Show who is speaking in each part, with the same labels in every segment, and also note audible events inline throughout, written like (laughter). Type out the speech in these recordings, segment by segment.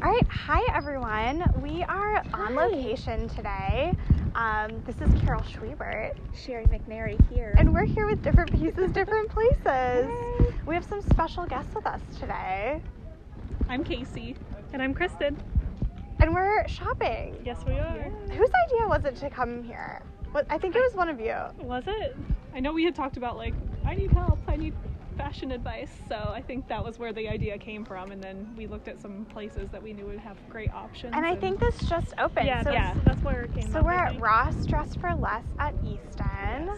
Speaker 1: Hi, everyone. We are on
Speaker 2: Hi.
Speaker 1: location today. Um, this is Carol Schwiebert,
Speaker 2: Sherry McNary here.
Speaker 1: and we're here with different pieces, different
Speaker 3: (laughs)
Speaker 1: places.
Speaker 2: Yay.
Speaker 1: We have some special guests with us today,
Speaker 3: I'm Casey. And I'm Kristen.
Speaker 1: and we're shopping.
Speaker 3: Yes, we are.
Speaker 1: Whose idea was it to come here? What, I think it was one of you.
Speaker 3: Was it? I know we had talked about, like, I need help, I need fashion advice. So I think that was where the idea came from. And then we looked at some places that we knew would have great options.
Speaker 1: And I think this just opened.
Speaker 3: Yeah,
Speaker 1: so,
Speaker 3: yeah, that's where it came
Speaker 1: So
Speaker 3: up,
Speaker 1: we're
Speaker 3: I
Speaker 1: at
Speaker 3: think.
Speaker 1: Ross Dress for Less at Easton.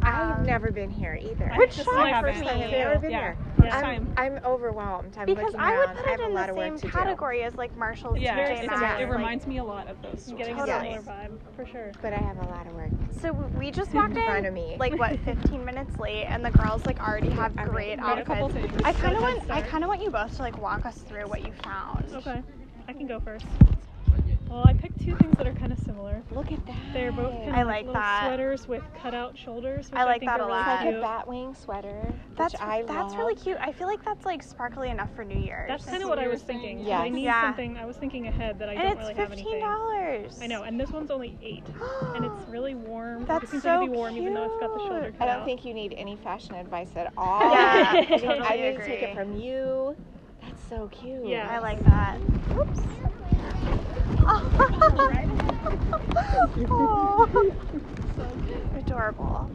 Speaker 2: I've
Speaker 1: Um,
Speaker 2: never been here either.
Speaker 3: I-
Speaker 1: Which
Speaker 3: this is
Speaker 1: shop
Speaker 3: my
Speaker 1: for
Speaker 3: first
Speaker 1: me?
Speaker 3: time
Speaker 2: I've
Speaker 3: too.
Speaker 2: never been
Speaker 3: yeah.
Speaker 2: here.
Speaker 3: First
Speaker 2: I'm,
Speaker 3: time.
Speaker 2: I'm overwhelmed. I'm
Speaker 1: Because
Speaker 2: looking
Speaker 1: I
Speaker 2: around.
Speaker 1: would put
Speaker 2: I
Speaker 1: it
Speaker 2: have a
Speaker 1: in
Speaker 2: lot
Speaker 1: the
Speaker 2: of work
Speaker 1: same
Speaker 2: to do.
Speaker 1: category as like Marshall's
Speaker 3: Yeah,
Speaker 1: TJ
Speaker 3: it's-
Speaker 1: Maxx,
Speaker 3: it
Speaker 1: like-
Speaker 3: reminds me a lot of those.
Speaker 4: Getting
Speaker 3: stores.
Speaker 4: a
Speaker 2: Yes.
Speaker 4: similar vibe for sure.
Speaker 2: But I have a lot of work.
Speaker 1: So we just walked in,
Speaker 2: In front of me.
Speaker 1: like
Speaker 4: (laughs)
Speaker 1: what, 15 minutes late, and the girls like already have
Speaker 2: I'm
Speaker 1: great
Speaker 3: Got a couple
Speaker 1: outfits.
Speaker 3: things.
Speaker 1: I kind of
Speaker 4: Good
Speaker 1: want, I
Speaker 4: start.
Speaker 1: kind of want you both to like walk us through what you found.
Speaker 4: Okay, I can go first. Well, I picked two things that are kind of similar.
Speaker 1: Look at that.
Speaker 4: They're both kind of
Speaker 1: I like
Speaker 4: little
Speaker 1: that.
Speaker 3: Uh,
Speaker 4: sweaters with cutout shoulders. Which
Speaker 1: I like
Speaker 4: think
Speaker 1: that
Speaker 4: are
Speaker 1: a
Speaker 4: really
Speaker 1: lot.
Speaker 2: Like a
Speaker 4: cute.
Speaker 2: bat wing sweater,
Speaker 1: That's
Speaker 2: which I
Speaker 1: that's
Speaker 2: love.
Speaker 1: really cute. I feel like that's like sparkly enough for New Year's.
Speaker 4: That's kind of what I was thinking.
Speaker 2: Yes.
Speaker 4: I need
Speaker 1: Yeah.
Speaker 4: something. I was thinking ahead that I
Speaker 1: and
Speaker 4: don't
Speaker 1: it's
Speaker 4: really have
Speaker 1: fifteen
Speaker 4: anything.
Speaker 1: dollars.
Speaker 4: I know, and this one's only eight,
Speaker 1: (gasps)
Speaker 4: and it's really warm.
Speaker 1: That's
Speaker 4: it seems
Speaker 1: so
Speaker 4: like it'd be warm even though it's got the shoulder
Speaker 1: cute.
Speaker 2: I
Speaker 4: cut
Speaker 2: don't
Speaker 4: out.
Speaker 2: think you need any fashion advice at all.
Speaker 1: Yeah,
Speaker 2: I, need-
Speaker 4: totally
Speaker 2: I need to take
Speaker 1: agree.
Speaker 2: it from you. That's so cute.
Speaker 4: Yeah.
Speaker 1: I like that.
Speaker 4: (laughs)
Speaker 1: Oops. (laughs) Oh. Adorable.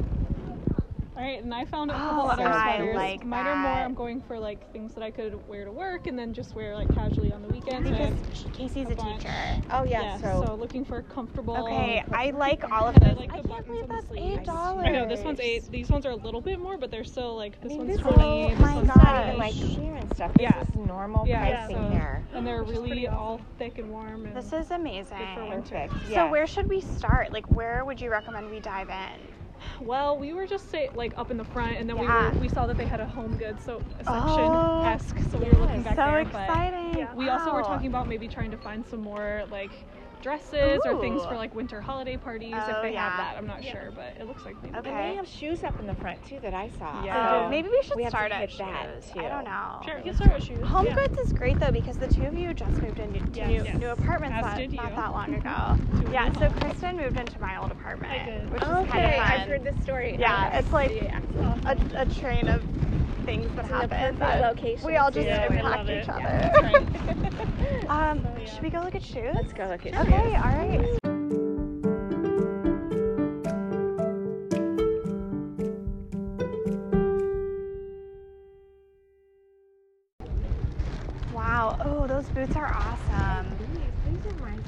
Speaker 3: All right, and I found a couple
Speaker 1: Oh,
Speaker 3: other
Speaker 2: I
Speaker 3: sweaters.
Speaker 1: like
Speaker 3: Mine are more.
Speaker 1: that.
Speaker 3: I'm going for like things that I could wear to work, and then just wear like casually on the weekends. And I
Speaker 1: Because
Speaker 3: have-
Speaker 1: Casey's a
Speaker 3: a bunch.
Speaker 1: teacher.
Speaker 2: Oh yeah.
Speaker 3: yeah,
Speaker 2: so,
Speaker 3: so looking for comfortable.
Speaker 1: Okay, I
Speaker 3: (laughs)
Speaker 1: like all of
Speaker 3: Oh. And I
Speaker 1: this.
Speaker 3: like
Speaker 1: I can't
Speaker 3: the buttons
Speaker 1: believe
Speaker 3: on the
Speaker 1: that's
Speaker 3: sleeves.
Speaker 1: eight dollars.
Speaker 3: I know this one's eight. These ones are a little bit more, but they're still like
Speaker 2: I
Speaker 3: this
Speaker 2: mean,
Speaker 3: one's
Speaker 2: this is-
Speaker 3: twenty.
Speaker 1: oh
Speaker 3: this
Speaker 1: my
Speaker 3: one's
Speaker 2: it's not
Speaker 3: 30.
Speaker 2: even like sheer and stuff. This
Speaker 3: Yeah.
Speaker 2: is normal
Speaker 3: Yeah,
Speaker 2: pricing
Speaker 3: so-
Speaker 2: here.
Speaker 3: and they're
Speaker 4: Which is pretty
Speaker 3: really
Speaker 4: awesome.
Speaker 3: all thick and warm. And
Speaker 1: This is amazing.
Speaker 2: Perfect.
Speaker 1: So where should we start? Like, where would you recommend we dive in?
Speaker 3: well, we were just say, like up in the front, and then
Speaker 1: Yeah.
Speaker 3: we were, we saw that they had a home goods so
Speaker 1: Oh,
Speaker 3: section esque, so we were looking
Speaker 2: yes.
Speaker 3: back
Speaker 1: so
Speaker 3: there. But
Speaker 1: exciting!
Speaker 4: yeah.
Speaker 3: we also were
Speaker 1: Wow.
Speaker 3: talking about maybe trying to find some more like dresses or things
Speaker 1: Ooh.
Speaker 3: for like winter holiday parties
Speaker 1: Oh,
Speaker 3: if they
Speaker 1: yeah.
Speaker 3: have that. I'm not
Speaker 4: Yeah.
Speaker 3: sure, but it looks like they do.
Speaker 1: Okay.
Speaker 2: And they have shoes up in the front too that I saw.
Speaker 3: Yeah.
Speaker 1: Oh,
Speaker 2: So
Speaker 1: maybe we should
Speaker 2: we have to
Speaker 1: start at
Speaker 2: hit that,
Speaker 1: shoes.
Speaker 2: too.
Speaker 1: I don't know.
Speaker 3: Sure, you can start with shoes.
Speaker 1: Home
Speaker 3: yeah.
Speaker 1: Goods is great though because the two of you just moved into to
Speaker 4: Yes.
Speaker 1: new,
Speaker 3: Yes.
Speaker 1: new apartments
Speaker 3: As
Speaker 1: not,
Speaker 3: did
Speaker 1: not
Speaker 3: you.
Speaker 1: that
Speaker 3: (laughs)
Speaker 1: long ago.
Speaker 3: Two in
Speaker 1: yeah,
Speaker 3: the
Speaker 1: so
Speaker 3: home.
Speaker 1: Kristen moved into my old apartment,
Speaker 4: I did.
Speaker 1: which is
Speaker 2: Okay,
Speaker 1: kind
Speaker 2: I've
Speaker 1: of fun.
Speaker 2: heard this story.
Speaker 1: Yeah, it's like
Speaker 2: Yeah.
Speaker 1: a, a train of things that
Speaker 2: the
Speaker 1: happen.
Speaker 2: perfect
Speaker 1: that
Speaker 2: location
Speaker 1: We all
Speaker 2: too.
Speaker 1: just
Speaker 4: Yeah, I
Speaker 1: impact
Speaker 4: love
Speaker 1: each
Speaker 4: it.
Speaker 1: other.
Speaker 3: Right.
Speaker 1: (laughs) Um,
Speaker 4: So, yeah.
Speaker 1: should we go look at shoes?
Speaker 2: Let's go look at
Speaker 1: Okay, all
Speaker 2: shoes.
Speaker 1: right. Wow. Oh, those boots are awesome.
Speaker 2: These, these are my size.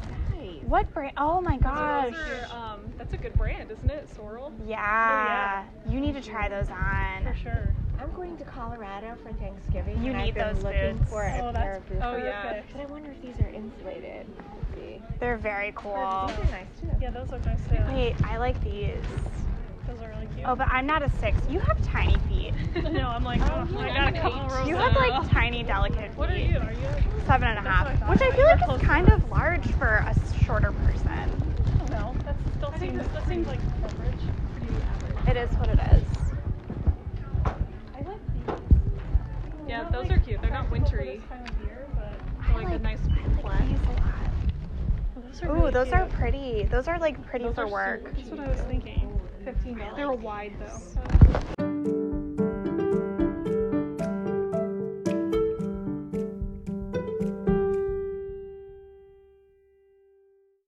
Speaker 1: What brand? Oh my
Speaker 3: So
Speaker 1: gosh.
Speaker 3: those are, um, that's a good brand, isn't it? Sorrel.
Speaker 1: Yeah. You need to try those
Speaker 4: For
Speaker 1: on.
Speaker 4: sure.
Speaker 2: I'm going to Colorado for Thanksgiving.
Speaker 1: You
Speaker 2: and
Speaker 1: need
Speaker 2: I've been
Speaker 1: those
Speaker 2: looking
Speaker 1: boots.
Speaker 2: for a
Speaker 4: Oh,
Speaker 2: pair
Speaker 4: that's
Speaker 2: of boots.
Speaker 3: Oh, yeah.
Speaker 4: perfect.
Speaker 2: But I wonder if these are insulated. Let's see.
Speaker 1: They're very cool.
Speaker 2: These are nice too.
Speaker 4: Yeah, those look nice too.
Speaker 1: Wait, I like these.
Speaker 4: Those are really (laughs) cute.
Speaker 1: Oh, but I'm not a six. You have tiny feet.
Speaker 4: no, I'm like, oh, I got a couple rows.
Speaker 1: You
Speaker 4: of
Speaker 1: have
Speaker 4: them.
Speaker 1: like tiny, delicate feet.
Speaker 4: What are you? Are you?
Speaker 1: Seven and a
Speaker 4: That's
Speaker 1: half,
Speaker 4: what I thought.
Speaker 1: which I
Speaker 4: But
Speaker 1: feel
Speaker 4: you're
Speaker 1: like
Speaker 4: close
Speaker 1: is kind
Speaker 4: enough.
Speaker 1: of large for a shorter person.
Speaker 4: I don't know. That still
Speaker 3: I think
Speaker 4: seems
Speaker 3: this-
Speaker 4: that seems like coverage.
Speaker 1: It is what it is.
Speaker 4: I like these.
Speaker 3: Yeah,
Speaker 4: not,
Speaker 3: those
Speaker 4: like,
Speaker 3: are cute. They're not
Speaker 4: practical for
Speaker 3: wintry.
Speaker 4: This time of year, but
Speaker 1: I
Speaker 3: like a nice
Speaker 1: I like
Speaker 3: flat.
Speaker 1: these a lot.
Speaker 4: those
Speaker 1: Ooh,
Speaker 4: are really
Speaker 1: those
Speaker 4: cute.
Speaker 1: are pretty. Those are like pretty
Speaker 3: Those
Speaker 1: for
Speaker 3: are so-
Speaker 1: work.
Speaker 3: That's what I was thinking.
Speaker 4: fifteen dollars.
Speaker 3: They were wide though.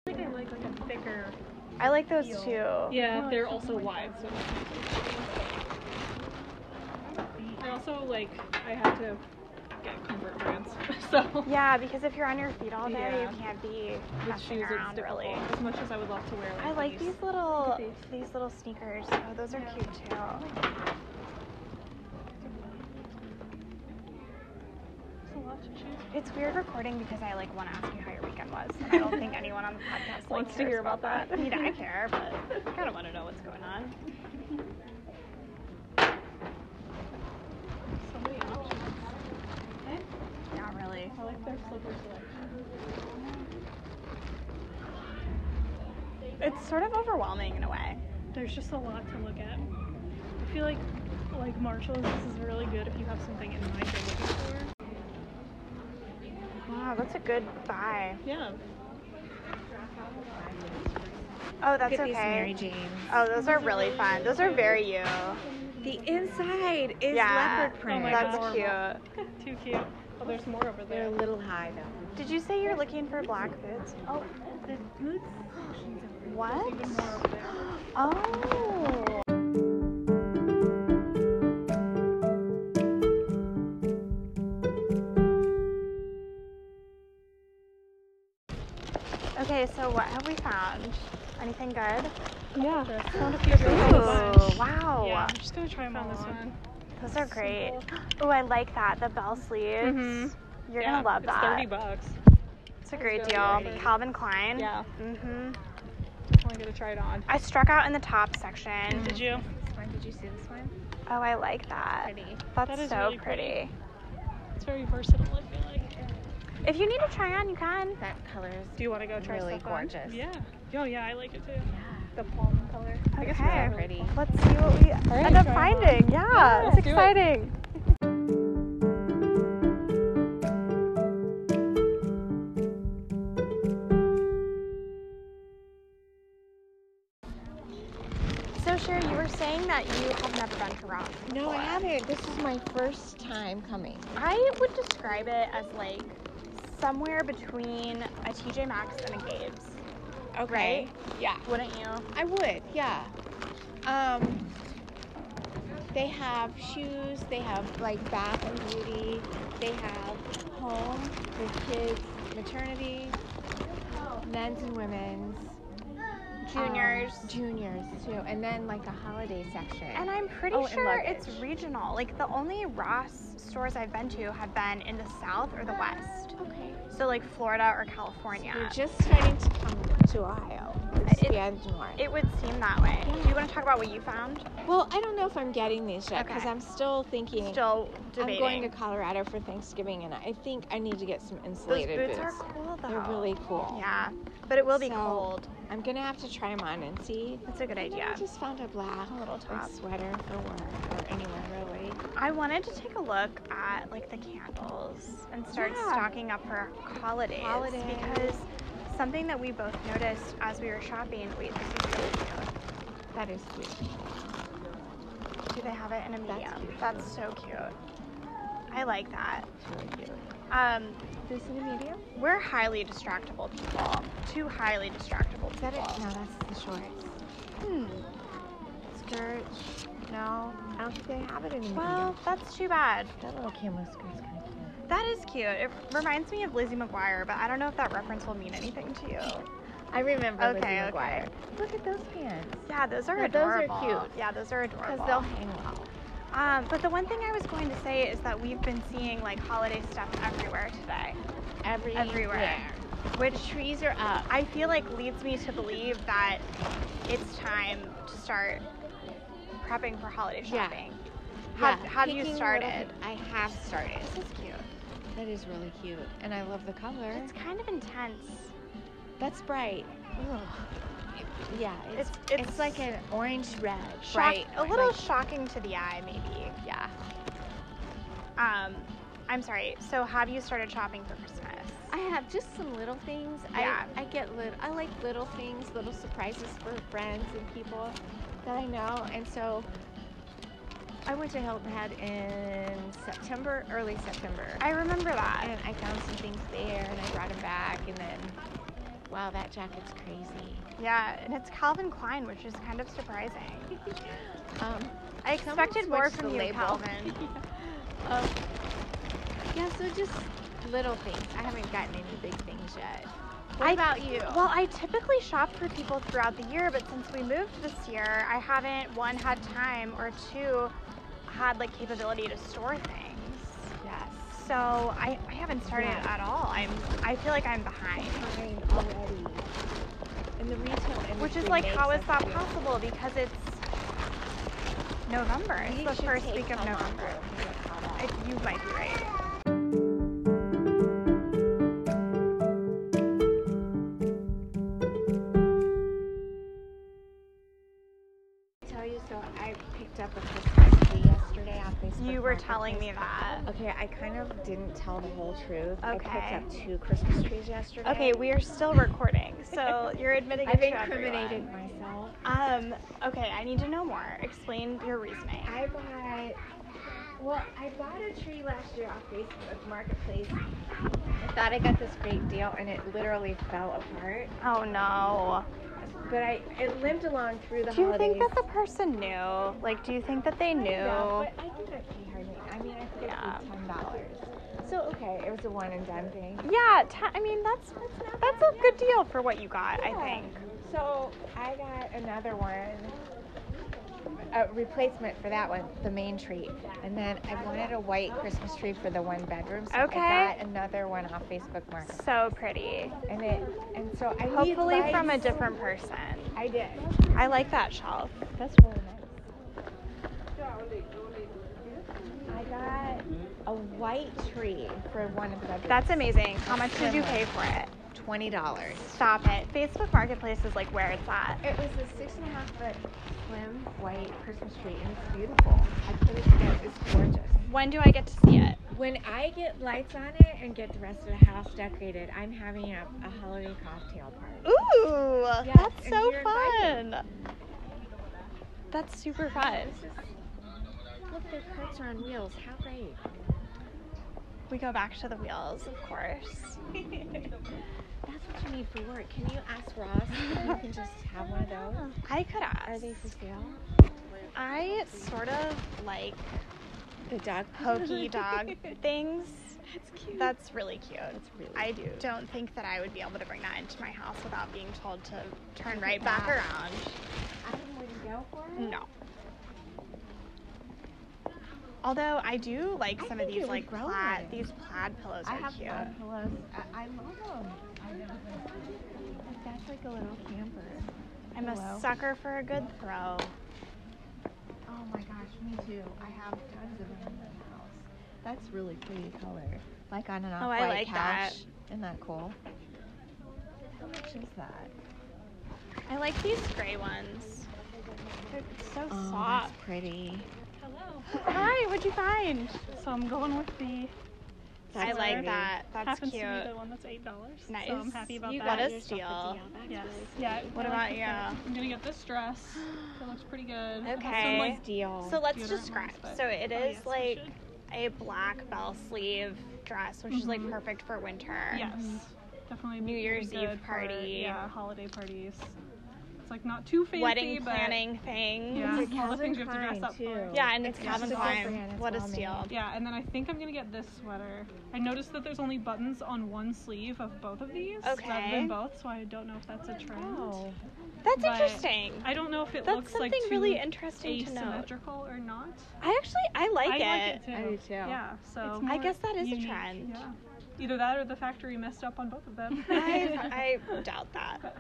Speaker 4: I think I like like a thicker.
Speaker 1: I like those
Speaker 4: Heel.
Speaker 1: too.
Speaker 3: Yeah, they're also wide. So. I also like I had to get comfort brands, so (laughs)
Speaker 1: Yeah, because if you're on your feet all day,
Speaker 3: Yeah.
Speaker 1: you can't be
Speaker 3: with
Speaker 1: messing
Speaker 3: shoes
Speaker 1: around
Speaker 3: it's difficult.
Speaker 1: really.
Speaker 3: As much as I would love to wear, like,
Speaker 1: I like these little
Speaker 4: Look at
Speaker 1: these. little sneakers. Oh, those are
Speaker 4: Yeah.
Speaker 1: cute too.
Speaker 4: It's a lot to choose.
Speaker 1: It's weird recording because I like want to ask you how your weekend was, and I (laughs) don't think anyone on the podcast like,
Speaker 3: Wants to
Speaker 1: cares
Speaker 3: hear about
Speaker 1: about
Speaker 3: that.
Speaker 1: I mean, I (laughs) care, but I kind of want to know what's going on.
Speaker 3: So many options.
Speaker 1: Yeah, really.
Speaker 3: I like their slipper selection.
Speaker 1: It's sort of overwhelming in a way.
Speaker 4: There's just a lot to look at. I feel like like Marshalls. This is really good if you have something in mind you're looking for.
Speaker 1: Wow, that's a good buy.
Speaker 4: Yeah.
Speaker 1: Oh, that's
Speaker 2: Look at
Speaker 1: okay.
Speaker 2: these Mary Janes.
Speaker 1: Oh, those are really fun. Those are very you.
Speaker 2: The inside is
Speaker 1: Yeah. Oh
Speaker 2: leopard print.
Speaker 4: my
Speaker 1: That's
Speaker 4: God.
Speaker 1: cute.
Speaker 4: Too cute. Oh, there's more over
Speaker 2: They're
Speaker 4: there.
Speaker 2: a little high though.
Speaker 1: Did you say you're looking for black boots?
Speaker 2: Oh, the boots.
Speaker 1: What?
Speaker 4: Even more over there.
Speaker 1: Oh. Okay, so what have we found? Anything good?
Speaker 4: Yeah. Found a few of really good ones.
Speaker 1: Ooh, wow.
Speaker 4: Yeah, I'm just gonna try them
Speaker 3: Found
Speaker 4: all
Speaker 3: this
Speaker 4: on.
Speaker 3: one.
Speaker 1: Those are great. (gasps) Oh, I like that. The bell sleeves. You're
Speaker 4: Mm-hmm. yeah,
Speaker 1: gonna love
Speaker 4: it's
Speaker 1: that.
Speaker 4: Thirty bucks.
Speaker 1: It's a great
Speaker 3: really
Speaker 1: deal.
Speaker 3: pretty.
Speaker 1: Calvin Klein.
Speaker 4: Yeah.
Speaker 1: hmm
Speaker 4: Definitely gonna try it on.
Speaker 1: I struck out in the top section.
Speaker 4: Did you?
Speaker 2: One, did you see this one?
Speaker 1: Oh, I like that. That's
Speaker 4: That is
Speaker 1: so
Speaker 4: really
Speaker 1: pretty.
Speaker 4: pretty. It's very versatile. I feel like.
Speaker 1: If you need to try on, you can.
Speaker 2: That color is
Speaker 4: Do you want to go try
Speaker 2: really
Speaker 4: stuff on?
Speaker 2: gorgeous.
Speaker 4: Yeah. Oh yeah, I like it too. The palm color.
Speaker 1: Okay.
Speaker 2: really pretty.
Speaker 1: Let's see what we end up
Speaker 4: try 'em on.
Speaker 1: finding. Yeah, it's
Speaker 4: let's do it.
Speaker 1: exciting. So, Sherry, you were saying that you have never been to Rome.
Speaker 2: No, I haven't. This is my first time coming.
Speaker 1: I would describe it as like somewhere between a TJ Maxx and a Gabe's,
Speaker 2: Okay. Yeah.
Speaker 1: wouldn't you?
Speaker 2: I would, yeah. Um, they have shoes, they have like bath and beauty, they have home with kids, maternity, men's and women's, um,
Speaker 1: Juniors.
Speaker 2: juniors too, and then like the holiday section.
Speaker 1: And I'm pretty
Speaker 2: Oh, and
Speaker 1: sure it's
Speaker 2: luggage.
Speaker 1: regional. Like the only Ross stores I've been to have been in the South or the West.
Speaker 2: okay.
Speaker 1: So like Florida or
Speaker 2: we are
Speaker 1: California.
Speaker 2: just starting to come to Ohio, expand north.
Speaker 1: It would seem that way. Do you want to talk about what you found?
Speaker 2: well, I don't know if I'm getting these yet because
Speaker 1: Okay.
Speaker 2: I'm still thinking.
Speaker 1: Still debating.
Speaker 2: I'm going to Colorado for Thanksgiving, and I think I need to get some
Speaker 1: Those
Speaker 2: insulated
Speaker 1: boots are cool though.
Speaker 2: They're really cool.
Speaker 1: Yeah, but it will be
Speaker 2: So-
Speaker 1: cold.
Speaker 2: I'm gonna have to try them on and see.
Speaker 1: That's a good
Speaker 2: And then I
Speaker 1: idea.
Speaker 2: just found a black
Speaker 1: little
Speaker 2: like,
Speaker 1: top.
Speaker 2: sweater for work or anywhere really.
Speaker 1: I wanted to take a look at like the candles and start
Speaker 2: Yeah.
Speaker 1: stocking up for holidays,
Speaker 2: Holidays.
Speaker 1: because something that we both noticed as we were shopping. Wait, this is really cute.
Speaker 2: That is cute.
Speaker 1: Do they have it in a
Speaker 2: That's
Speaker 1: medium?
Speaker 2: cute.
Speaker 1: That's, so cute. I like that.
Speaker 2: It's really cute.
Speaker 1: Um,
Speaker 2: This in a medium?
Speaker 1: we're highly distractible people. Two highly distractible
Speaker 2: Is that it?
Speaker 1: people.
Speaker 2: No, that's the shorts.
Speaker 1: Hmm.
Speaker 2: Skirt? No, I don't think they have it in a
Speaker 1: Well,
Speaker 2: medium.
Speaker 1: that's too bad.
Speaker 2: That little camo skirt's kind of cute.
Speaker 1: That is cute. It reminds me of Lizzie McGuire, but I don't know if that reference will mean anything to you.
Speaker 2: I remember
Speaker 1: Okay, okay.
Speaker 2: Lizzie McGuire. Look at those pants.
Speaker 1: Yeah, those are
Speaker 2: Yeah, those are
Speaker 1: adorable.
Speaker 2: cute.
Speaker 1: Yeah, those are
Speaker 2: Because
Speaker 1: adorable.
Speaker 2: they'll hang well.
Speaker 1: Um, but the one thing I was going to say is that we've been seeing like holiday stuff everywhere today,
Speaker 2: Every
Speaker 1: Everywhere. which
Speaker 2: Trees are up.
Speaker 1: I feel like leads me to believe that it's time to start prepping for holiday
Speaker 2: Yeah.
Speaker 1: shopping. Have,
Speaker 2: Yeah,
Speaker 1: have you
Speaker 2: picking
Speaker 1: started?
Speaker 2: little- I have started.
Speaker 1: This is cute.
Speaker 2: That is really cute, and I love the color.
Speaker 1: It's kind of intense.
Speaker 2: That's bright. Yeah, it's,
Speaker 1: It's-
Speaker 2: it's
Speaker 1: it's
Speaker 2: like an orange red,
Speaker 1: Shock-
Speaker 2: bright.
Speaker 1: a little
Speaker 2: like-
Speaker 1: shocking to the eye, maybe.
Speaker 2: yeah.
Speaker 1: Um, I'm sorry. So, have you started shopping for Christmas?
Speaker 2: I have just some little things.
Speaker 1: Yeah.
Speaker 2: I I get little. I like little things, little surprises for friends and people that I know, and so. I went to Hilton Head in September, early September.
Speaker 1: I remember that.
Speaker 2: and I found some things there and I brought them back and then wow that jacket's crazy.
Speaker 1: Yeah, and it's Calvin Klein, which is kind of surprising.
Speaker 2: Um,
Speaker 1: I
Speaker 2: Someone
Speaker 1: expected more
Speaker 2: switched
Speaker 1: from
Speaker 2: the
Speaker 1: you,
Speaker 2: label. (laughs)
Speaker 1: Calvin.
Speaker 2: um yeah so just little things. I haven't gotten any big things yet. What
Speaker 1: I-
Speaker 2: about you?
Speaker 1: Well, I typically shop for people throughout the year, but since we moved this year, I haven't one had time or two had like capability to store things.
Speaker 2: yes.
Speaker 1: So I, I haven't started
Speaker 2: Yeah.
Speaker 1: at all. I'm I feel like I'm behind.
Speaker 2: Fine already. And the retail industry
Speaker 1: Which is like how is
Speaker 2: makes us
Speaker 1: that
Speaker 2: feel-
Speaker 1: possible? Because it's November.
Speaker 2: We
Speaker 1: It's the
Speaker 2: should
Speaker 1: first
Speaker 2: take
Speaker 1: week of
Speaker 2: a longer
Speaker 1: November.
Speaker 2: look at how that-
Speaker 1: I, you might be right.
Speaker 2: I tell you so I picked up a Christmas tree yesterday have Facebook.
Speaker 1: You were telling me
Speaker 2: Marketplace.
Speaker 1: that.
Speaker 2: Okay, I kind of didn't tell the whole truth.
Speaker 1: Okay.
Speaker 2: I picked up two Christmas trees yesterday.
Speaker 1: Okay, we are still recording,
Speaker 2: (laughs)
Speaker 1: so you're admitting
Speaker 2: I've
Speaker 1: it to
Speaker 2: incriminated
Speaker 1: everyone.
Speaker 2: myself.
Speaker 1: Um, okay, I need to know more. Explain your reasoning.
Speaker 2: I bought. Well, I bought a tree last year off Facebook Marketplace. I thought I got this great deal, and it literally fell apart.
Speaker 1: Oh no.
Speaker 2: But I it limped along through the
Speaker 1: Do you
Speaker 2: holidays.
Speaker 1: think that the person knew? Like, do you think that they knew?
Speaker 2: Yeah, but I think I paid her. name. I mean, I think
Speaker 1: Yeah.
Speaker 2: I paid ten dollars. So okay, it was a one and done thing.
Speaker 1: Yeah, ta- I mean that's that's a good deal for what you got, I think.
Speaker 2: So I got another one, a replacement for that one, the main tree. And then I wanted a white Christmas tree for the one bedroom. So
Speaker 1: Okay.
Speaker 2: I got another one off Facebook Market.
Speaker 1: So pretty.
Speaker 2: And it, and so I need
Speaker 1: Hopefully
Speaker 2: lights.
Speaker 1: from a different person.
Speaker 2: I did.
Speaker 1: I like that shelf.
Speaker 2: That's really nice. I got a white tree for one of the bedrooms.
Speaker 1: That's amazing. How much did you pay for it?
Speaker 2: twenty dollars.
Speaker 1: Stop it. Facebook Marketplace is like where it's at.
Speaker 2: It was a six and a half foot slim white Christmas tree, and it's beautiful. I put it together. It's gorgeous.
Speaker 1: When do I get to see it?
Speaker 2: When I get lights on it and get the rest of the house decorated, I'm having a, a holiday cocktail party.
Speaker 1: Ooh,
Speaker 2: Yes,
Speaker 1: that's
Speaker 2: and
Speaker 1: so
Speaker 2: you're
Speaker 1: fun.
Speaker 2: invited.
Speaker 1: That's super fun.
Speaker 2: This is- Look, their carts are on wheels. How great!
Speaker 1: We go back to the wheels, of course.
Speaker 2: That's what you need for work. Can you ask Ross if you (laughs) can just have one of those?
Speaker 1: I could
Speaker 2: Are
Speaker 1: ask.
Speaker 2: they for sale?
Speaker 1: I sort of like
Speaker 2: The dog (laughs)
Speaker 1: pokey dog things.
Speaker 2: That's cute.
Speaker 1: That's really cute.
Speaker 2: That's really
Speaker 1: I
Speaker 2: cute.
Speaker 1: don't think that I would be able to bring that into my house without being told to turn right back around.
Speaker 2: Adam, would you go for it?
Speaker 1: No. Although I do like
Speaker 2: I
Speaker 1: some of
Speaker 2: think it
Speaker 1: these
Speaker 2: would
Speaker 1: like
Speaker 2: grow
Speaker 1: plaid,
Speaker 2: on you.
Speaker 1: these plaid pillows
Speaker 2: I
Speaker 1: are
Speaker 2: have
Speaker 1: cute.
Speaker 2: plaid pillows. I, I love them. I know That's like a little camper.
Speaker 1: I'm a
Speaker 2: Hello.
Speaker 1: sucker for a good throw.
Speaker 2: Oh my gosh, me too. I have tons of them in my house. That's really pretty color. Like on an
Speaker 1: Oh,
Speaker 2: off-white
Speaker 1: I like that.
Speaker 2: couch. Isn't that cool? How much is that?
Speaker 1: I like these gray ones. They're
Speaker 4: Oh,
Speaker 1: so soft.
Speaker 2: that's pretty.
Speaker 4: Hello.
Speaker 1: Hi, what'd you find?
Speaker 4: So I'm going with the
Speaker 1: I
Speaker 2: That's
Speaker 1: like
Speaker 2: pretty.
Speaker 1: that. That's
Speaker 4: happens
Speaker 1: cute.
Speaker 4: to be the one that's eight dollars.
Speaker 1: Nice.
Speaker 4: So I'm happy about
Speaker 1: You
Speaker 4: that.
Speaker 1: got a
Speaker 2: yourself
Speaker 1: steal.
Speaker 2: That's
Speaker 4: Yes.
Speaker 2: really cool.
Speaker 4: Yeah.
Speaker 1: What
Speaker 4: I
Speaker 1: about
Speaker 4: like
Speaker 1: you?
Speaker 4: that. I'm gonna get this dress. It looks pretty good. I have some,
Speaker 1: Okay.
Speaker 4: like,
Speaker 2: Deal.
Speaker 1: So let's
Speaker 4: deodorant
Speaker 1: describe.
Speaker 4: ones, but-
Speaker 1: So it
Speaker 4: Oh,
Speaker 1: is
Speaker 4: yes, we
Speaker 1: like
Speaker 4: should.
Speaker 1: a black bell sleeve dress, which is like perfect for winter.
Speaker 4: Mm-hmm. Yes. Definitely.
Speaker 1: New
Speaker 4: be
Speaker 1: Year's
Speaker 4: good
Speaker 1: Eve
Speaker 4: for,
Speaker 1: party.
Speaker 4: yeah, holiday parties. It's like not too fancy,
Speaker 1: Wedding
Speaker 4: but
Speaker 1: planning things.
Speaker 4: Yeah.
Speaker 2: It's a
Speaker 4: All the things you
Speaker 2: Calvin
Speaker 4: have to dress
Speaker 2: Klein,
Speaker 4: up for.
Speaker 2: too.
Speaker 1: Yeah, and it's,
Speaker 2: It's
Speaker 1: Calvin
Speaker 2: just a good
Speaker 1: Klein.
Speaker 2: brand, it's
Speaker 1: What a
Speaker 2: well made.
Speaker 1: steal.
Speaker 4: Yeah, and then I think I'm gonna get this sweater. I noticed that there's only buttons on one sleeve of both of these rather
Speaker 1: Okay.
Speaker 4: than both, so I don't know if that's a trend.
Speaker 2: Oh.
Speaker 1: That's
Speaker 4: But
Speaker 1: interesting.
Speaker 4: I don't know if it
Speaker 1: That's
Speaker 4: looks
Speaker 1: something
Speaker 4: like too
Speaker 1: really interesting to know.
Speaker 4: asymmetrical or not.
Speaker 1: I actually I like it.
Speaker 4: I like it too.
Speaker 2: I do too.
Speaker 4: Yeah, so
Speaker 1: I guess that is
Speaker 4: unique,
Speaker 1: a trend.
Speaker 4: Yeah. Either that or the factory messed up on both of them. (laughs)
Speaker 1: I, I doubt that.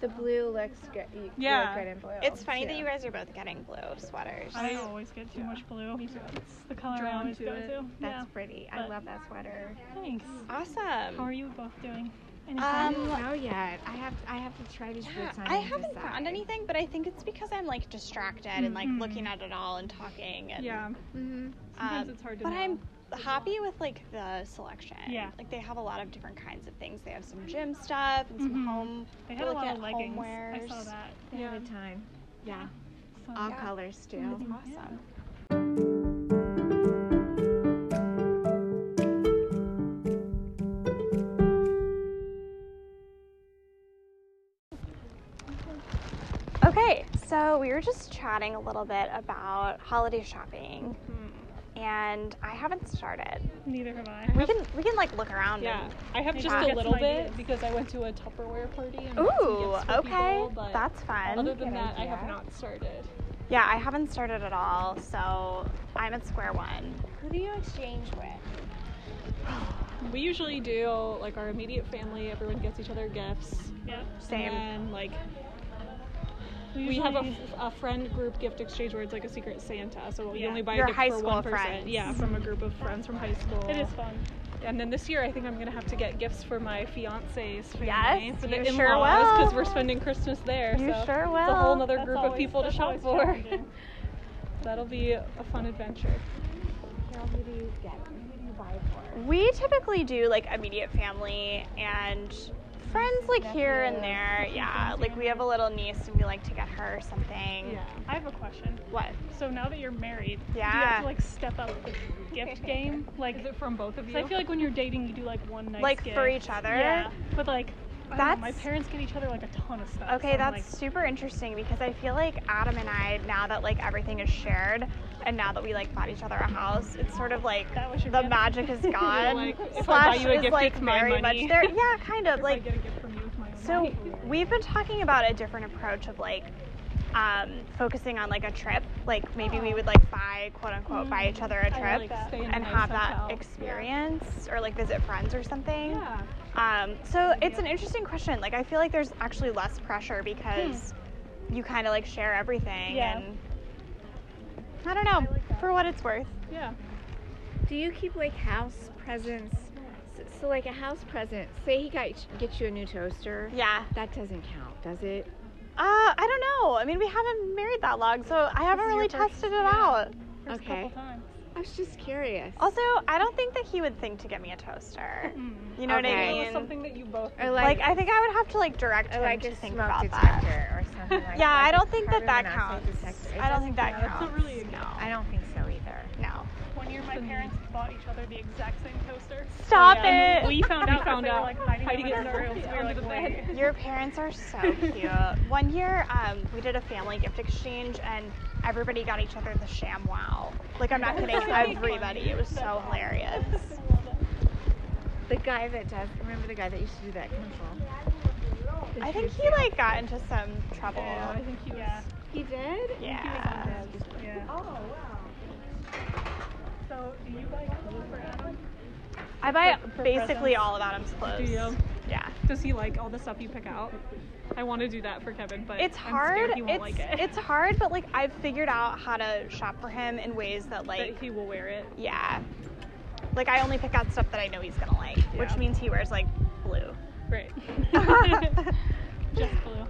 Speaker 2: The blue looks good. You look
Speaker 4: Yeah.
Speaker 2: good in blue.
Speaker 1: It's funny that
Speaker 2: too.
Speaker 1: you guys are both getting blue sweaters.
Speaker 4: I always get too much blue. It's the color I
Speaker 2: Drawn
Speaker 4: always
Speaker 2: to
Speaker 4: go
Speaker 2: it.
Speaker 4: to.
Speaker 2: That's
Speaker 4: Yeah.
Speaker 2: pretty. I
Speaker 4: But-
Speaker 2: love that sweater.
Speaker 4: Thanks. How
Speaker 1: Awesome.
Speaker 4: are you both doing? Anything?
Speaker 2: Uh,
Speaker 1: Um,
Speaker 2: No, yet I have I have to try to
Speaker 1: yeah, I haven't found anything, but I think it's because I'm like distracted and like
Speaker 4: Mhm.
Speaker 1: looking at it all and talking. And,
Speaker 4: yeah.
Speaker 2: Mm-hmm.
Speaker 4: Sometimes
Speaker 1: um,
Speaker 4: it's hard to
Speaker 1: But
Speaker 4: know.
Speaker 1: I'm happy with like the selection.
Speaker 4: Yeah.
Speaker 1: Like they have a lot of different kinds of things. They have some gym stuff and some
Speaker 4: Mhm.
Speaker 1: home.
Speaker 4: They had a
Speaker 1: look
Speaker 4: lot of
Speaker 1: at
Speaker 4: leggings. I
Speaker 1: homewares.
Speaker 4: saw that.
Speaker 2: They have a time. Yeah,
Speaker 4: So,
Speaker 2: all
Speaker 1: Oh, Yeah.
Speaker 2: colors too.
Speaker 1: It's
Speaker 4: Mhm.
Speaker 1: awesome. Okay, so we were just chatting a little bit about holiday shopping,
Speaker 3: Mm-hmm.
Speaker 1: and I haven't started.
Speaker 4: Neither have I.
Speaker 1: We can we can like look around.
Speaker 3: Yeah,
Speaker 1: And,
Speaker 3: I have
Speaker 4: Maybe
Speaker 3: just
Speaker 1: I'll
Speaker 3: a
Speaker 1: get
Speaker 3: little
Speaker 4: some
Speaker 3: bit
Speaker 4: ideas.
Speaker 3: because I went to a Tupperware party. And got some
Speaker 1: ooh,
Speaker 3: gifts for
Speaker 1: okay,
Speaker 3: people, but
Speaker 1: that's fun.
Speaker 3: Other than
Speaker 2: Good
Speaker 3: that, I have
Speaker 2: idea.
Speaker 3: not started.
Speaker 1: yeah, I haven't started at all, so I'm at square one.
Speaker 2: Who do you exchange with?
Speaker 3: We usually do like our immediate family. Everyone gets each other gifts.
Speaker 4: Yeah.
Speaker 1: Same.
Speaker 3: And like we
Speaker 4: usually-
Speaker 3: have a, a friend group gift exchange where it's like a secret Santa. So you
Speaker 4: Yeah.
Speaker 3: only buy
Speaker 1: Your
Speaker 3: a gift
Speaker 1: high
Speaker 3: for
Speaker 1: school
Speaker 3: one person.
Speaker 1: friends.
Speaker 3: Yeah, from a group of friends from high school.
Speaker 4: It is fun.
Speaker 3: And then this year, I think I'm gonna have to get gifts for my fiance's family
Speaker 1: Yes,
Speaker 3: for the
Speaker 1: you
Speaker 3: in-laws
Speaker 1: sure
Speaker 3: because
Speaker 1: will.
Speaker 3: we're spending Christmas there.
Speaker 1: You
Speaker 3: so
Speaker 1: sure
Speaker 3: It's a whole
Speaker 1: will.
Speaker 3: other
Speaker 4: That's
Speaker 3: group of
Speaker 4: always-
Speaker 3: people to
Speaker 4: that's
Speaker 3: shop (laughs)
Speaker 4: always
Speaker 3: for.
Speaker 4: challenging. That'll be a fun adventure.
Speaker 2: Carol, who do you get? Who do you buy it for?
Speaker 1: We typically do like immediate family and friends like here and there. Yeah, like we have a little niece and we like to get her something.
Speaker 4: Yeah. I have a question.
Speaker 1: What?
Speaker 4: So now that you're married, do you have
Speaker 1: Yeah.
Speaker 4: to like step up the
Speaker 1: (laughs)
Speaker 4: gift game? Like,
Speaker 3: Is it from both of
Speaker 4: 'cause
Speaker 3: you?
Speaker 4: I feel like when you're dating, you do like one nice
Speaker 1: Like
Speaker 4: gift.
Speaker 1: for each other?
Speaker 4: Yeah, but like, I don't know, my
Speaker 1: That's-
Speaker 4: parents get each other like a ton of stuff.
Speaker 1: Okay,
Speaker 4: so I'm
Speaker 1: that's super interesting because I feel like Adam and I, now that like everything is shared and now that we like bought each other a house, it's sort of like
Speaker 4: That was your
Speaker 1: the
Speaker 4: gift?
Speaker 1: magic
Speaker 3: (laughs)
Speaker 1: is gone.
Speaker 3: like, if I buy
Speaker 1: Slash
Speaker 3: you a
Speaker 1: is
Speaker 3: gift,
Speaker 1: like
Speaker 3: it's my
Speaker 1: very
Speaker 3: money. (laughs)
Speaker 1: much there. Yeah, kind of.
Speaker 4: If I
Speaker 1: like
Speaker 4: get a gift from you with my own
Speaker 1: So
Speaker 4: money.
Speaker 1: we've been talking about a different approach of like um, focusing on like a trip. Like maybe we would like buy quote unquote buy each other a
Speaker 4: Mm. I like
Speaker 1: trip
Speaker 4: that.
Speaker 3: Stay in a
Speaker 1: and
Speaker 3: nice
Speaker 1: have that
Speaker 3: hotel.
Speaker 1: experience or like visit friends or something.
Speaker 3: Yeah.
Speaker 1: Um, so it's an interesting question. Like I feel like there's actually less pressure because you kind of like share everything
Speaker 4: Hmm. Yeah.
Speaker 1: and I don't know for what it's worth.
Speaker 4: yeah.
Speaker 2: Do you keep like house presents? So, so like a house present. Say he got get you a new toaster.
Speaker 1: Yeah.
Speaker 2: That doesn't count, does it?
Speaker 1: Uh, I don't know. I mean, we haven't been married that long, so I haven't
Speaker 4: is your
Speaker 1: really
Speaker 4: first-
Speaker 1: tested it
Speaker 4: yeah.
Speaker 1: out.
Speaker 4: First
Speaker 2: Okay.
Speaker 4: couple times.
Speaker 2: I was just curious.
Speaker 1: Also, I don't think that he would think to get me a toaster.
Speaker 4: Mm.
Speaker 1: You know
Speaker 2: Okay.
Speaker 1: what I
Speaker 2: It
Speaker 1: mean?
Speaker 4: It was something that you both.
Speaker 2: or
Speaker 1: like,
Speaker 2: like,
Speaker 1: I think I would have to like direct
Speaker 2: or
Speaker 1: him
Speaker 2: like
Speaker 1: to
Speaker 2: a
Speaker 1: think
Speaker 2: smoke
Speaker 1: about
Speaker 2: detector
Speaker 1: that.
Speaker 2: or something like
Speaker 1: (laughs)
Speaker 2: that.
Speaker 1: Yeah, I
Speaker 2: like
Speaker 1: don't think that
Speaker 2: carbon
Speaker 1: that
Speaker 2: monoxide
Speaker 1: counts.
Speaker 2: detector. It
Speaker 1: I don't
Speaker 2: doesn't
Speaker 1: think that
Speaker 2: count.
Speaker 1: counts.
Speaker 4: That's a really good-
Speaker 1: no.
Speaker 2: I don't think so either.
Speaker 1: No.
Speaker 4: One year, my parents bought each other the exact same toaster.
Speaker 1: Stop
Speaker 4: And
Speaker 1: it.
Speaker 4: We found
Speaker 3: We
Speaker 4: out. 'cause
Speaker 3: found
Speaker 4: (laughs) they were,
Speaker 3: out.
Speaker 4: Like hiding,
Speaker 3: Hiding it
Speaker 4: them in
Speaker 3: in
Speaker 4: their
Speaker 3: the-
Speaker 4: rooms. We were
Speaker 3: under
Speaker 4: like,
Speaker 3: the
Speaker 4: wait.
Speaker 1: Your parents are
Speaker 2: (laughs)
Speaker 1: so cute. One year, um, we did a family gift exchange and everybody got each other the sham wow. Like, I'm not
Speaker 2: (laughs)
Speaker 1: kidding. Everybody. It was so hilarious.
Speaker 2: The guy that does remember the guy that used to do that commercial. The
Speaker 1: I think
Speaker 2: shoe
Speaker 1: he like got into some trouble.
Speaker 4: Yeah, I think he was.
Speaker 3: Yeah.
Speaker 2: He did.
Speaker 1: Yeah.
Speaker 4: Yeah. Oh wow. So do you buy clothes for Adam?
Speaker 1: I buy
Speaker 4: For- for
Speaker 1: basically
Speaker 4: presents.
Speaker 1: all of Adam's clothes.
Speaker 3: Do you?
Speaker 1: Yeah.
Speaker 3: Does he like all the stuff you pick out? I want to do that for Kevin, but
Speaker 1: It's
Speaker 3: I'm
Speaker 1: hard.
Speaker 3: scared He
Speaker 1: it's
Speaker 3: won't like it.
Speaker 1: it's hard, but like I've figured out how to shop for him in ways that like
Speaker 3: that he will wear it.
Speaker 1: yeah. Like I only pick out stuff that I know he's gonna like, which
Speaker 3: Yeah.
Speaker 1: means he wears like
Speaker 3: (laughs)
Speaker 1: blue. (laughs)
Speaker 3: Right.
Speaker 4: Just
Speaker 1: Oh
Speaker 4: blue.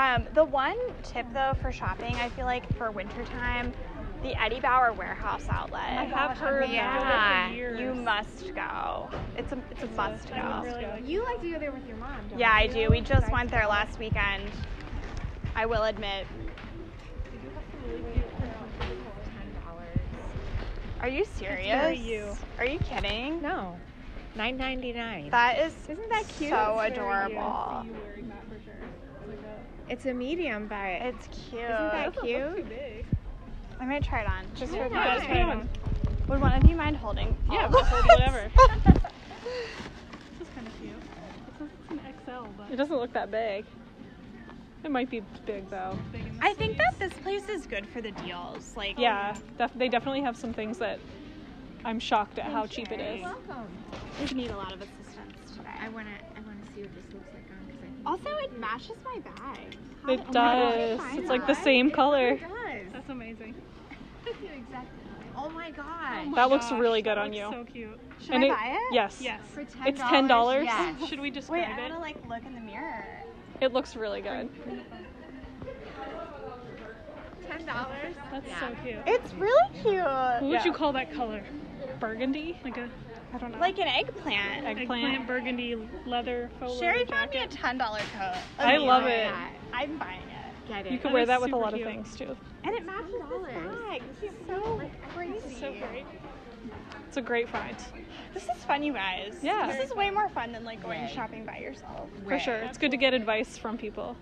Speaker 1: um, the one tip though for shopping, I feel like for wintertime, the Eddie Bauer warehouse
Speaker 4: I
Speaker 1: outlet.
Speaker 4: have heard
Speaker 2: been
Speaker 4: that
Speaker 2: going there for
Speaker 4: for years.
Speaker 1: You must go. It's a it's a must
Speaker 4: I
Speaker 1: go.
Speaker 4: would really like
Speaker 2: You like to go there with your mom. Don't
Speaker 1: Yeah, I
Speaker 2: you?
Speaker 1: do. We just
Speaker 2: Guys-
Speaker 1: went there last weekend. I will admit.
Speaker 2: Ten dollars.
Speaker 1: Are you serious?
Speaker 4: you.
Speaker 1: Are you kidding?
Speaker 2: No, nine ninety nine.
Speaker 1: That is
Speaker 2: Isn't that cute?
Speaker 1: So
Speaker 2: It's very cute.
Speaker 1: adorable.
Speaker 4: you wearing that for sure. It's like a-
Speaker 2: It's a medium, but
Speaker 1: It's cute. (laughs)
Speaker 2: that
Speaker 4: that's
Speaker 2: Cute.
Speaker 4: Too big.
Speaker 1: I might try it on. Just for
Speaker 2: Yeah.
Speaker 1: fun.
Speaker 2: Try it on.
Speaker 1: Would one of you mind holding?
Speaker 4: Yeah,
Speaker 1: all
Speaker 4: we'll
Speaker 1: of
Speaker 4: hold
Speaker 1: us?
Speaker 4: whatever.
Speaker 1: (laughs)
Speaker 4: This is kind of cute. It says it's an XL, but
Speaker 3: It doesn't look that big. It might be big though.
Speaker 4: it's big in the
Speaker 1: I think that
Speaker 4: sleeves.
Speaker 1: this place is good for the deals. Like
Speaker 3: Yeah, def- they definitely have some things that I'm shocked at how cheap it is.
Speaker 2: welcome.
Speaker 1: we need a lot of assistance
Speaker 2: I
Speaker 1: today.
Speaker 2: wanna, I wanna see what this looks like on because I think
Speaker 1: Also, it matches my bag. How
Speaker 3: It
Speaker 1: did- oh my gosh,
Speaker 3: does.
Speaker 1: I
Speaker 3: It's
Speaker 1: know.
Speaker 3: like the same color.
Speaker 2: it does.
Speaker 4: That's amazing.
Speaker 2: That's you exactly. Oh my god.
Speaker 3: That looks
Speaker 4: Gosh,
Speaker 3: really good
Speaker 4: that
Speaker 3: on
Speaker 4: looks
Speaker 3: you.
Speaker 4: So cute.
Speaker 1: Should
Speaker 3: and
Speaker 1: I
Speaker 3: it-
Speaker 1: buy it?
Speaker 3: Yes.
Speaker 4: Yes.
Speaker 2: For ten
Speaker 3: It's $10?
Speaker 2: Yes.
Speaker 4: Should we
Speaker 1: Wait, I
Speaker 4: describe it?
Speaker 1: wanna like look in the mirror.
Speaker 3: It looks really good.
Speaker 2: (laughs) Ten dollars.
Speaker 4: That's so cute.
Speaker 1: It's really cute.
Speaker 3: Yeah.
Speaker 4: What would you call that color? Burgundy? Like a I don't know.
Speaker 1: Like an eggplant.
Speaker 4: eggplant,
Speaker 3: Eggplant.
Speaker 4: burgundy leather faux
Speaker 1: Sherry
Speaker 4: leather
Speaker 1: found me a
Speaker 4: jacket.
Speaker 1: ten dollar coat.
Speaker 3: I love
Speaker 1: Amazing.
Speaker 3: it.
Speaker 1: I'm buying it.
Speaker 2: Get it.
Speaker 3: You could
Speaker 4: That
Speaker 3: wear
Speaker 4: is
Speaker 3: that with a
Speaker 4: super
Speaker 3: lot
Speaker 4: cute.
Speaker 3: of things too.
Speaker 1: And it matches this
Speaker 2: $10.
Speaker 1: bag. This is so crazy.
Speaker 4: So great.
Speaker 3: It's a great find.
Speaker 1: This is fun, you guys.
Speaker 3: Yeah.
Speaker 1: This is way more fun than like going shopping by yourself.
Speaker 3: For sure. It's good to get advice from people.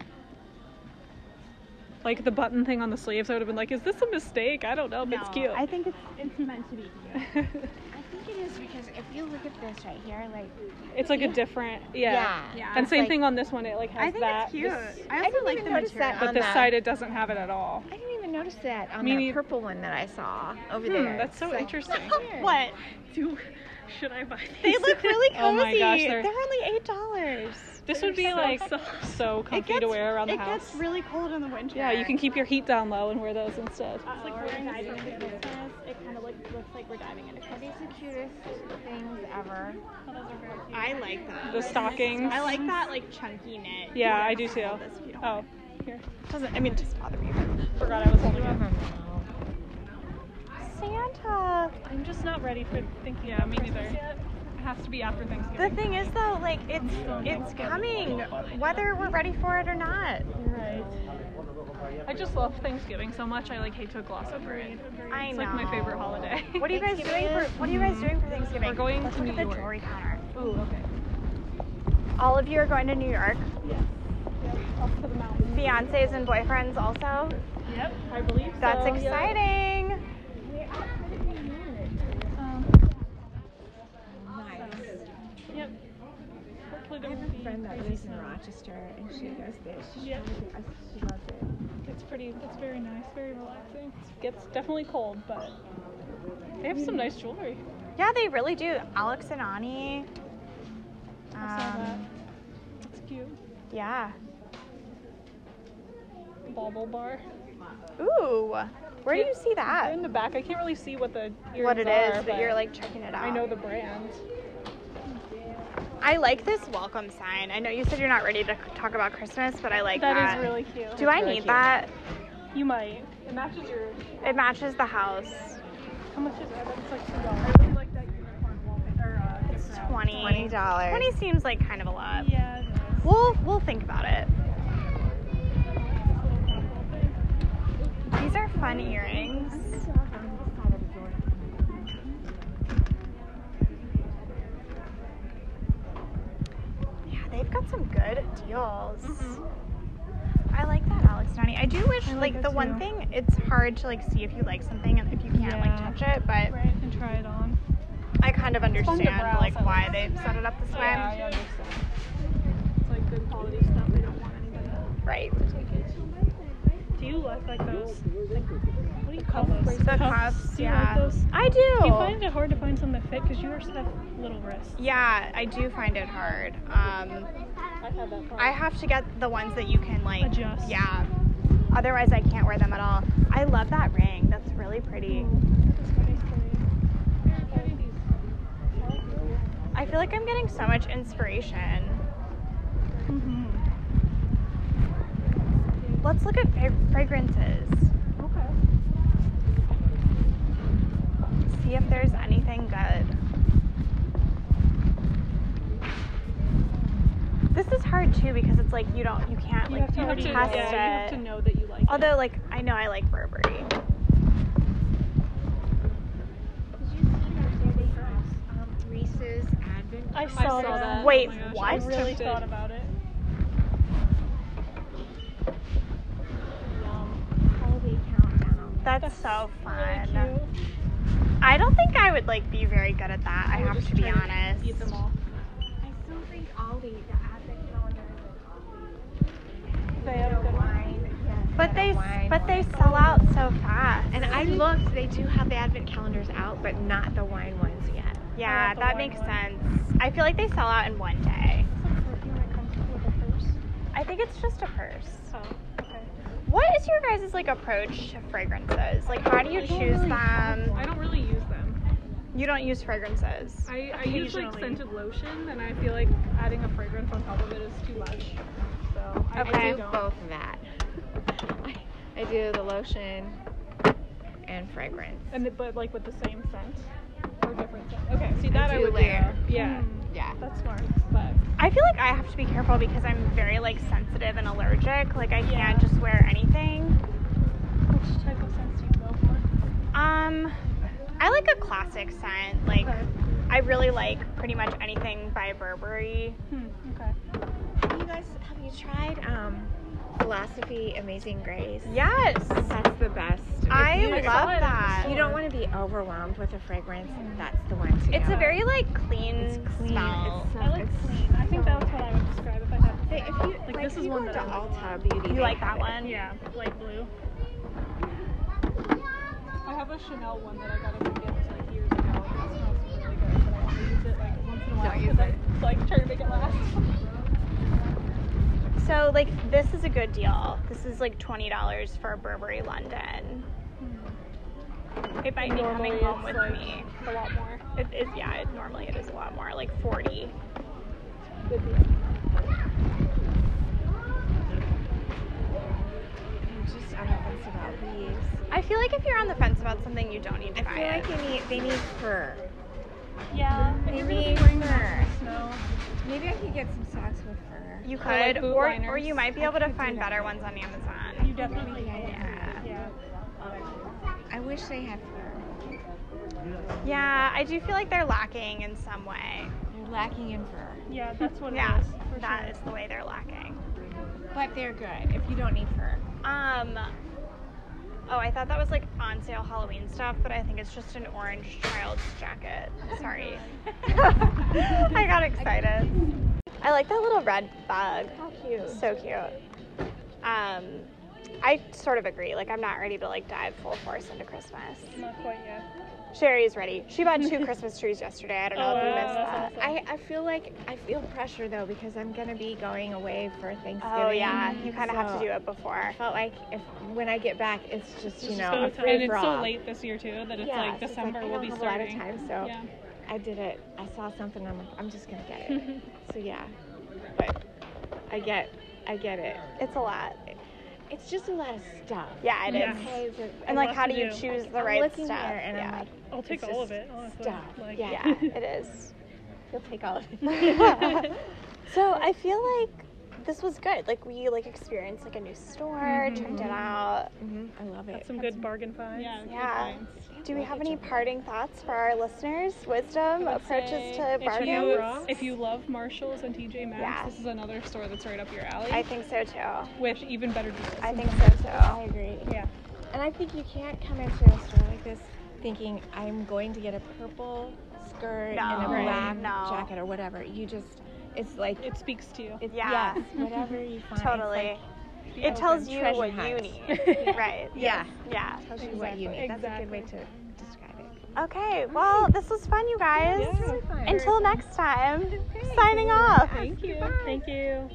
Speaker 3: Like the button thing on the sleeves, I would have been like, is this a mistake? I don't know, but it's
Speaker 1: No,
Speaker 3: cute.
Speaker 1: I think it's it's meant to be
Speaker 3: (laughs)
Speaker 1: cute.
Speaker 2: I think it is because if you look at this right here, like
Speaker 3: it's like a different, yeah.
Speaker 2: Yeah. Yeah.
Speaker 3: And
Speaker 2: It's
Speaker 3: same
Speaker 2: like-
Speaker 3: thing on this one. It like has
Speaker 1: I think
Speaker 3: that.
Speaker 1: it's cute.
Speaker 3: this-
Speaker 1: I also
Speaker 2: didn't
Speaker 1: like
Speaker 2: even
Speaker 1: the
Speaker 2: notice
Speaker 1: material.
Speaker 2: that
Speaker 3: but
Speaker 2: on
Speaker 3: this
Speaker 2: the-
Speaker 3: side, it doesn't have it at all.
Speaker 2: I didn't even notice that on
Speaker 3: Me
Speaker 2: that
Speaker 3: neith-
Speaker 2: purple one that I saw over
Speaker 3: Hmm,
Speaker 2: there.
Speaker 3: that's so
Speaker 2: It's like,
Speaker 3: interesting.
Speaker 1: what?
Speaker 4: Do should I buy these?
Speaker 1: (laughs) They look really cozy.
Speaker 3: (laughs) Oh my gosh,
Speaker 1: they're,
Speaker 3: they're-
Speaker 1: only eight dollars.
Speaker 3: This would be
Speaker 1: (laughs)
Speaker 4: so
Speaker 3: like so,
Speaker 4: soft.
Speaker 3: comfy to wear around the
Speaker 1: it
Speaker 3: house.
Speaker 1: gets really cold in the winter. Uh,
Speaker 3: yeah, you can keep your heat down low and wear those instead.
Speaker 1: It's like wearing diving into Christmas. It kind of like, looks like we're diving into
Speaker 2: Are
Speaker 1: Christmas.
Speaker 2: these the cutest things ever?
Speaker 1: I like that.
Speaker 3: The stockings.
Speaker 1: I like that like chunky knit.
Speaker 3: Yeah, I do too.
Speaker 1: This, you don't
Speaker 3: Oh, here.
Speaker 1: Doesn't I mean it doesn't bother me.
Speaker 3: Forgot I was holding it.
Speaker 2: Love 'em all.
Speaker 4: just not ready for thinking.
Speaker 3: Yeah,
Speaker 4: about
Speaker 3: me
Speaker 4: Christmas
Speaker 3: neither.
Speaker 4: Yet. It has to be after
Speaker 1: The
Speaker 4: Thanksgiving.
Speaker 1: thing is, though, like it's it's coming, whether we're ready for it or not.
Speaker 4: right. I just love Thanksgiving so much. I like hate to gloss over it.
Speaker 1: I
Speaker 4: It's
Speaker 1: know.
Speaker 4: like my favorite (laughs) holiday.
Speaker 1: What are you guys doing for What are you guys doing for Thanksgiving?
Speaker 4: We're going
Speaker 1: Let's
Speaker 4: to
Speaker 1: look
Speaker 4: New
Speaker 1: at the
Speaker 4: York.
Speaker 1: jewelry counter.
Speaker 4: Ooh, okay.
Speaker 1: All of you are going to New York.
Speaker 4: Up to the mountains.
Speaker 1: Fiancés and boyfriends also.
Speaker 4: Yep, I believe so.
Speaker 1: That's
Speaker 4: yeah.
Speaker 1: exciting.
Speaker 4: Um,
Speaker 2: Nice.
Speaker 4: Yep. Hopefully there
Speaker 2: I
Speaker 4: won't
Speaker 2: have a
Speaker 4: be
Speaker 2: friend that
Speaker 4: crazy
Speaker 2: lives in
Speaker 4: snow.
Speaker 2: Rochester, and she does this. She,
Speaker 4: Yeah.
Speaker 2: she loves it.
Speaker 4: It's pretty. It's very nice. Very relaxing. It gets definitely cold, but they have some nice jewelry.
Speaker 1: Yeah, they really do. Alex and Ani.
Speaker 4: I saw that.
Speaker 1: Um,
Speaker 4: It's cute.
Speaker 1: yeah.
Speaker 4: Bauble bar.
Speaker 1: Ooh, where do you see
Speaker 4: They're
Speaker 1: that?
Speaker 4: in the back. I can't really see what the earrings
Speaker 1: What it
Speaker 4: are,
Speaker 1: is, but you're like checking it out.
Speaker 4: I know the brand.
Speaker 1: I like this welcome sign. I know you said you're not ready to c- talk about Christmas, but I like that.
Speaker 4: That is really cute.
Speaker 1: do I need that?
Speaker 4: You might. It matches your.
Speaker 1: It matches the house.
Speaker 4: How much is that? It's like two dollars. I really like that unicorn wallpaper. Uh,
Speaker 1: It's
Speaker 4: gift wrap.
Speaker 1: twenty.
Speaker 2: Twenty dollars.
Speaker 1: Twenty seems like kind of a lot.
Speaker 4: Yeah. it is.
Speaker 1: We'll we'll think about it. These are fun earrings. Yeah, they've got some good deals. I like that, Alex Nani. I do wish,
Speaker 4: Mm-hmm. I like
Speaker 1: like,
Speaker 4: that
Speaker 1: the one
Speaker 4: too.
Speaker 1: thing, it's hard to like see if you like something and if you can't like
Speaker 4: Yeah.
Speaker 1: touch it, but
Speaker 4: Right. And try it on.
Speaker 1: I kind of
Speaker 4: fun
Speaker 1: understand
Speaker 4: to browse,
Speaker 1: like
Speaker 4: I like
Speaker 1: why
Speaker 4: it.
Speaker 1: they set it up this way.
Speaker 4: Yeah, I understand. It's like good quality stuff. They don't want anybody to
Speaker 1: Right.
Speaker 4: take it. Do you like like those? Like, what do you call those?
Speaker 1: The cuffs,
Speaker 4: Do you like
Speaker 1: yeah.
Speaker 4: those?
Speaker 1: I do.
Speaker 4: Do you find it hard to find some that fit? Because yours have little wrists.
Speaker 1: yeah, I do find it hard. Um,
Speaker 4: I have that
Speaker 1: I have to get the ones that you can like
Speaker 4: Adjust.
Speaker 1: Yeah. Otherwise, I can't wear them at all. I love that ring. That's really pretty.
Speaker 4: Oh,
Speaker 1: I feel like I'm getting so much inspiration.
Speaker 4: Mm-hmm.
Speaker 1: Let's look at fra- fragrances.
Speaker 4: Okay.
Speaker 1: See if there's anything good. This is hard too because it's like you don't, you can't
Speaker 4: You
Speaker 1: like
Speaker 4: have to,
Speaker 1: test
Speaker 4: yeah, you have
Speaker 1: it.
Speaker 4: to know that you like it.
Speaker 1: Although, like I know I like Burberry.
Speaker 2: Did you see that they have um, Reese's Advent?
Speaker 4: I
Speaker 2: calendar?
Speaker 4: saw, that. Oh
Speaker 1: Wait,
Speaker 4: my gosh,
Speaker 1: what?
Speaker 4: I really
Speaker 3: Tempted.
Speaker 4: thought about it. Yum.
Speaker 2: holiday countdown.
Speaker 1: That's, so
Speaker 4: Really
Speaker 1: fun.
Speaker 4: cute.
Speaker 1: I don't think I would like be very good at that. I
Speaker 4: We're
Speaker 1: have
Speaker 4: just
Speaker 1: to be
Speaker 4: trying
Speaker 1: honest.
Speaker 4: Eat them all.
Speaker 2: I still think Aldi, the Advent calendar.
Speaker 4: They have good
Speaker 1: But they but they sell out so fast.
Speaker 2: And I looked, they do have the advent calendars out, but not the wine ones yet.
Speaker 1: yeah,
Speaker 4: the
Speaker 1: that
Speaker 4: wine
Speaker 1: makes
Speaker 4: one.
Speaker 1: sense. I feel like they sell out in one day. I think it's just a purse.
Speaker 4: Oh, okay.
Speaker 1: What is your guys' like approach to fragrances? Like how do you
Speaker 4: I don't
Speaker 1: choose
Speaker 4: really
Speaker 1: them?
Speaker 4: I don't really use them.
Speaker 1: You don't use fragrances.
Speaker 4: I, I use like
Speaker 1: Occasionally.
Speaker 4: scented lotion, and I feel like adding a fragrance on top of it is too much. So I,
Speaker 1: Okay.
Speaker 4: I
Speaker 2: I do
Speaker 4: don't.
Speaker 2: both of that. I, (laughs) I do the lotion and fragrance.
Speaker 4: And the, but like with the same scent or different scent. Okay, Hmm. see that I,
Speaker 2: do
Speaker 4: would
Speaker 2: layer.
Speaker 4: do. Yeah,
Speaker 2: Yeah.
Speaker 4: that's smart. But
Speaker 1: I feel like I have to be careful because I'm very like sensitive and allergic. Like I can't
Speaker 4: Yeah.
Speaker 1: just wear anything.
Speaker 4: which type of scents do you go for?
Speaker 1: Um I like a classic scent. Like
Speaker 4: Okay.
Speaker 1: I really like pretty much anything by Burberry.
Speaker 4: Hmm, okay.
Speaker 2: Have you guys, have you tried um, Philosophy Amazing Grace?
Speaker 1: Yes.
Speaker 2: That's the best. If
Speaker 1: I
Speaker 2: you-
Speaker 1: love
Speaker 4: saw it in the
Speaker 1: that.
Speaker 4: store.
Speaker 2: You don't want to be overwhelmed with a fragrance, that's the one to
Speaker 1: It's
Speaker 2: go.
Speaker 1: a very like clean, smell.
Speaker 2: It's so,
Speaker 4: I like
Speaker 2: it's
Speaker 4: clean. I think
Speaker 2: so-
Speaker 4: that's what I would describe if I had.
Speaker 2: They, if you, like,
Speaker 4: this
Speaker 2: if
Speaker 4: is
Speaker 2: you
Speaker 4: one
Speaker 2: go
Speaker 4: that
Speaker 2: to
Speaker 4: I would
Speaker 2: Ulta Beauty.
Speaker 1: you
Speaker 2: they
Speaker 1: like that
Speaker 2: have it.
Speaker 1: one?
Speaker 4: Yeah, light blue. I have a Chanel one that I got as a gift like years ago. and It smells really good, but I only use it like once in a while
Speaker 2: Don't use
Speaker 4: because
Speaker 2: it.
Speaker 4: I like trying to make it last.
Speaker 1: So like this is a good deal. This is like twenty dollars for a Burberry London. It might be
Speaker 4: Normally
Speaker 1: coming home
Speaker 4: it's,
Speaker 1: with
Speaker 4: like,
Speaker 1: me.
Speaker 4: A lot more.
Speaker 1: It is yeah. It, normally it is a lot more, like forty.
Speaker 4: Good deal.
Speaker 2: I'm just on the fence about leaves.
Speaker 1: I feel like if you're on the fence about something you don't need to
Speaker 2: I
Speaker 1: buy
Speaker 2: feel
Speaker 1: it.
Speaker 2: like they need, they need fur.
Speaker 3: Yeah.
Speaker 2: They
Speaker 4: You're gonna
Speaker 2: need
Speaker 4: bring
Speaker 2: fur.
Speaker 4: that snow.
Speaker 2: Maybe I could get some socks with fur.
Speaker 1: You could,
Speaker 3: like, boot
Speaker 1: or, or
Speaker 3: liners.
Speaker 1: you might be able to find
Speaker 2: that.
Speaker 1: better ones on Amazon.
Speaker 4: You definitely
Speaker 1: Yeah.
Speaker 4: yeah.
Speaker 2: I wish they had fur.
Speaker 1: Yeah, I do feel like they're lacking in some way.
Speaker 2: They're lacking in fur.
Speaker 4: Yeah, that's what it
Speaker 1: Yeah,
Speaker 4: is. Oh, For
Speaker 1: that
Speaker 4: sure.
Speaker 1: is the way they're lacking.
Speaker 2: But they're good if you don't need fur.
Speaker 1: Um. Oh, I thought that was like on sale Halloween stuff, but I think it's just an orange child's jacket. Sorry. (laughs) I got excited. I like that little red bug.
Speaker 2: How cute.
Speaker 1: So cute. Um, I sort of agree. Like, I'm not ready to like dive full force into Christmas.
Speaker 4: Not quite yet.
Speaker 1: Sherry's ready. She bought
Speaker 2: (laughs)
Speaker 1: two Christmas trees yesterday. I don't know
Speaker 4: Oh,
Speaker 1: if you
Speaker 4: wow,
Speaker 1: missed
Speaker 4: that's
Speaker 1: that.
Speaker 4: awesome.
Speaker 2: I, I feel like I feel pressure though because I'm gonna be going away for Thanksgiving.
Speaker 1: Oh yeah, you kind of have
Speaker 2: So
Speaker 1: to do it before.
Speaker 2: I felt like if when I get back, it's just you
Speaker 4: just
Speaker 2: know
Speaker 4: gonna
Speaker 2: a
Speaker 4: be
Speaker 2: free
Speaker 4: and
Speaker 3: it's
Speaker 2: for all.
Speaker 3: so late this year too that it's
Speaker 2: Yeah,
Speaker 3: like
Speaker 2: so it's
Speaker 3: December
Speaker 2: I
Speaker 3: will
Speaker 2: don't
Speaker 3: be
Speaker 2: have
Speaker 3: starting.
Speaker 2: a lot of time, so
Speaker 3: Yeah.
Speaker 2: I did it. I saw something. I'm like, I'm just gonna get
Speaker 3: (laughs)
Speaker 2: it. so yeah, but I get, I get it.
Speaker 1: It's a lot.
Speaker 2: It's just a lot of stuff.
Speaker 1: Yeah, it is.
Speaker 4: Yeah.
Speaker 2: Okay, it's a-
Speaker 1: And like,
Speaker 4: Lots
Speaker 1: how
Speaker 4: to
Speaker 1: do you
Speaker 4: do.
Speaker 1: choose the
Speaker 2: I'm
Speaker 1: right
Speaker 2: looking
Speaker 1: stuff?
Speaker 2: Here and
Speaker 1: yeah.
Speaker 2: I'm like,
Speaker 4: I'll take
Speaker 2: It's
Speaker 4: all
Speaker 2: just
Speaker 4: of it. Honestly.
Speaker 2: stuff.
Speaker 4: Like,
Speaker 2: Yeah.
Speaker 1: yeah, it is.
Speaker 2: you'll take all of it.
Speaker 1: so I feel like this was good. Like we like experienced like a new store, checked it out.
Speaker 2: hmm (laughs) I love it.
Speaker 4: That's some good bargain finds.
Speaker 3: Yeah. good
Speaker 1: Yeah.
Speaker 3: finds.
Speaker 1: Do we have any parting thoughts for our listeners? Wisdom, approaches to
Speaker 3: If
Speaker 1: bargains?
Speaker 3: you, if you love Marshalls and TJ Maxx,
Speaker 1: Yes.
Speaker 3: this is another store that's right up your alley
Speaker 1: I think so too.
Speaker 3: with even better deals.
Speaker 1: I think so
Speaker 2: I
Speaker 1: too.
Speaker 2: agree.
Speaker 4: Yeah.
Speaker 2: And I think you can't come into a store like this thinking I'm going to get a purple skirt and a
Speaker 1: No.
Speaker 3: Right.
Speaker 2: black
Speaker 1: No.
Speaker 2: jacket or whatever. You just, it's like,
Speaker 3: it speaks to you.
Speaker 2: it's
Speaker 1: Yeah.
Speaker 2: yes, whatever you find. It's
Speaker 1: Totally.
Speaker 2: like-
Speaker 3: Be
Speaker 1: It tells
Speaker 2: open
Speaker 1: you
Speaker 2: treasure
Speaker 1: what you
Speaker 2: hunt.
Speaker 1: need. right.
Speaker 2: yeah,
Speaker 1: Yeah.
Speaker 2: tells you what you need. That's a good way
Speaker 3: Exactly.
Speaker 2: to describe it.
Speaker 1: Okay, well, this was fun, you guys.
Speaker 3: Yeah.
Speaker 1: Until next time, signing off.
Speaker 3: Thank you.
Speaker 4: Thank you.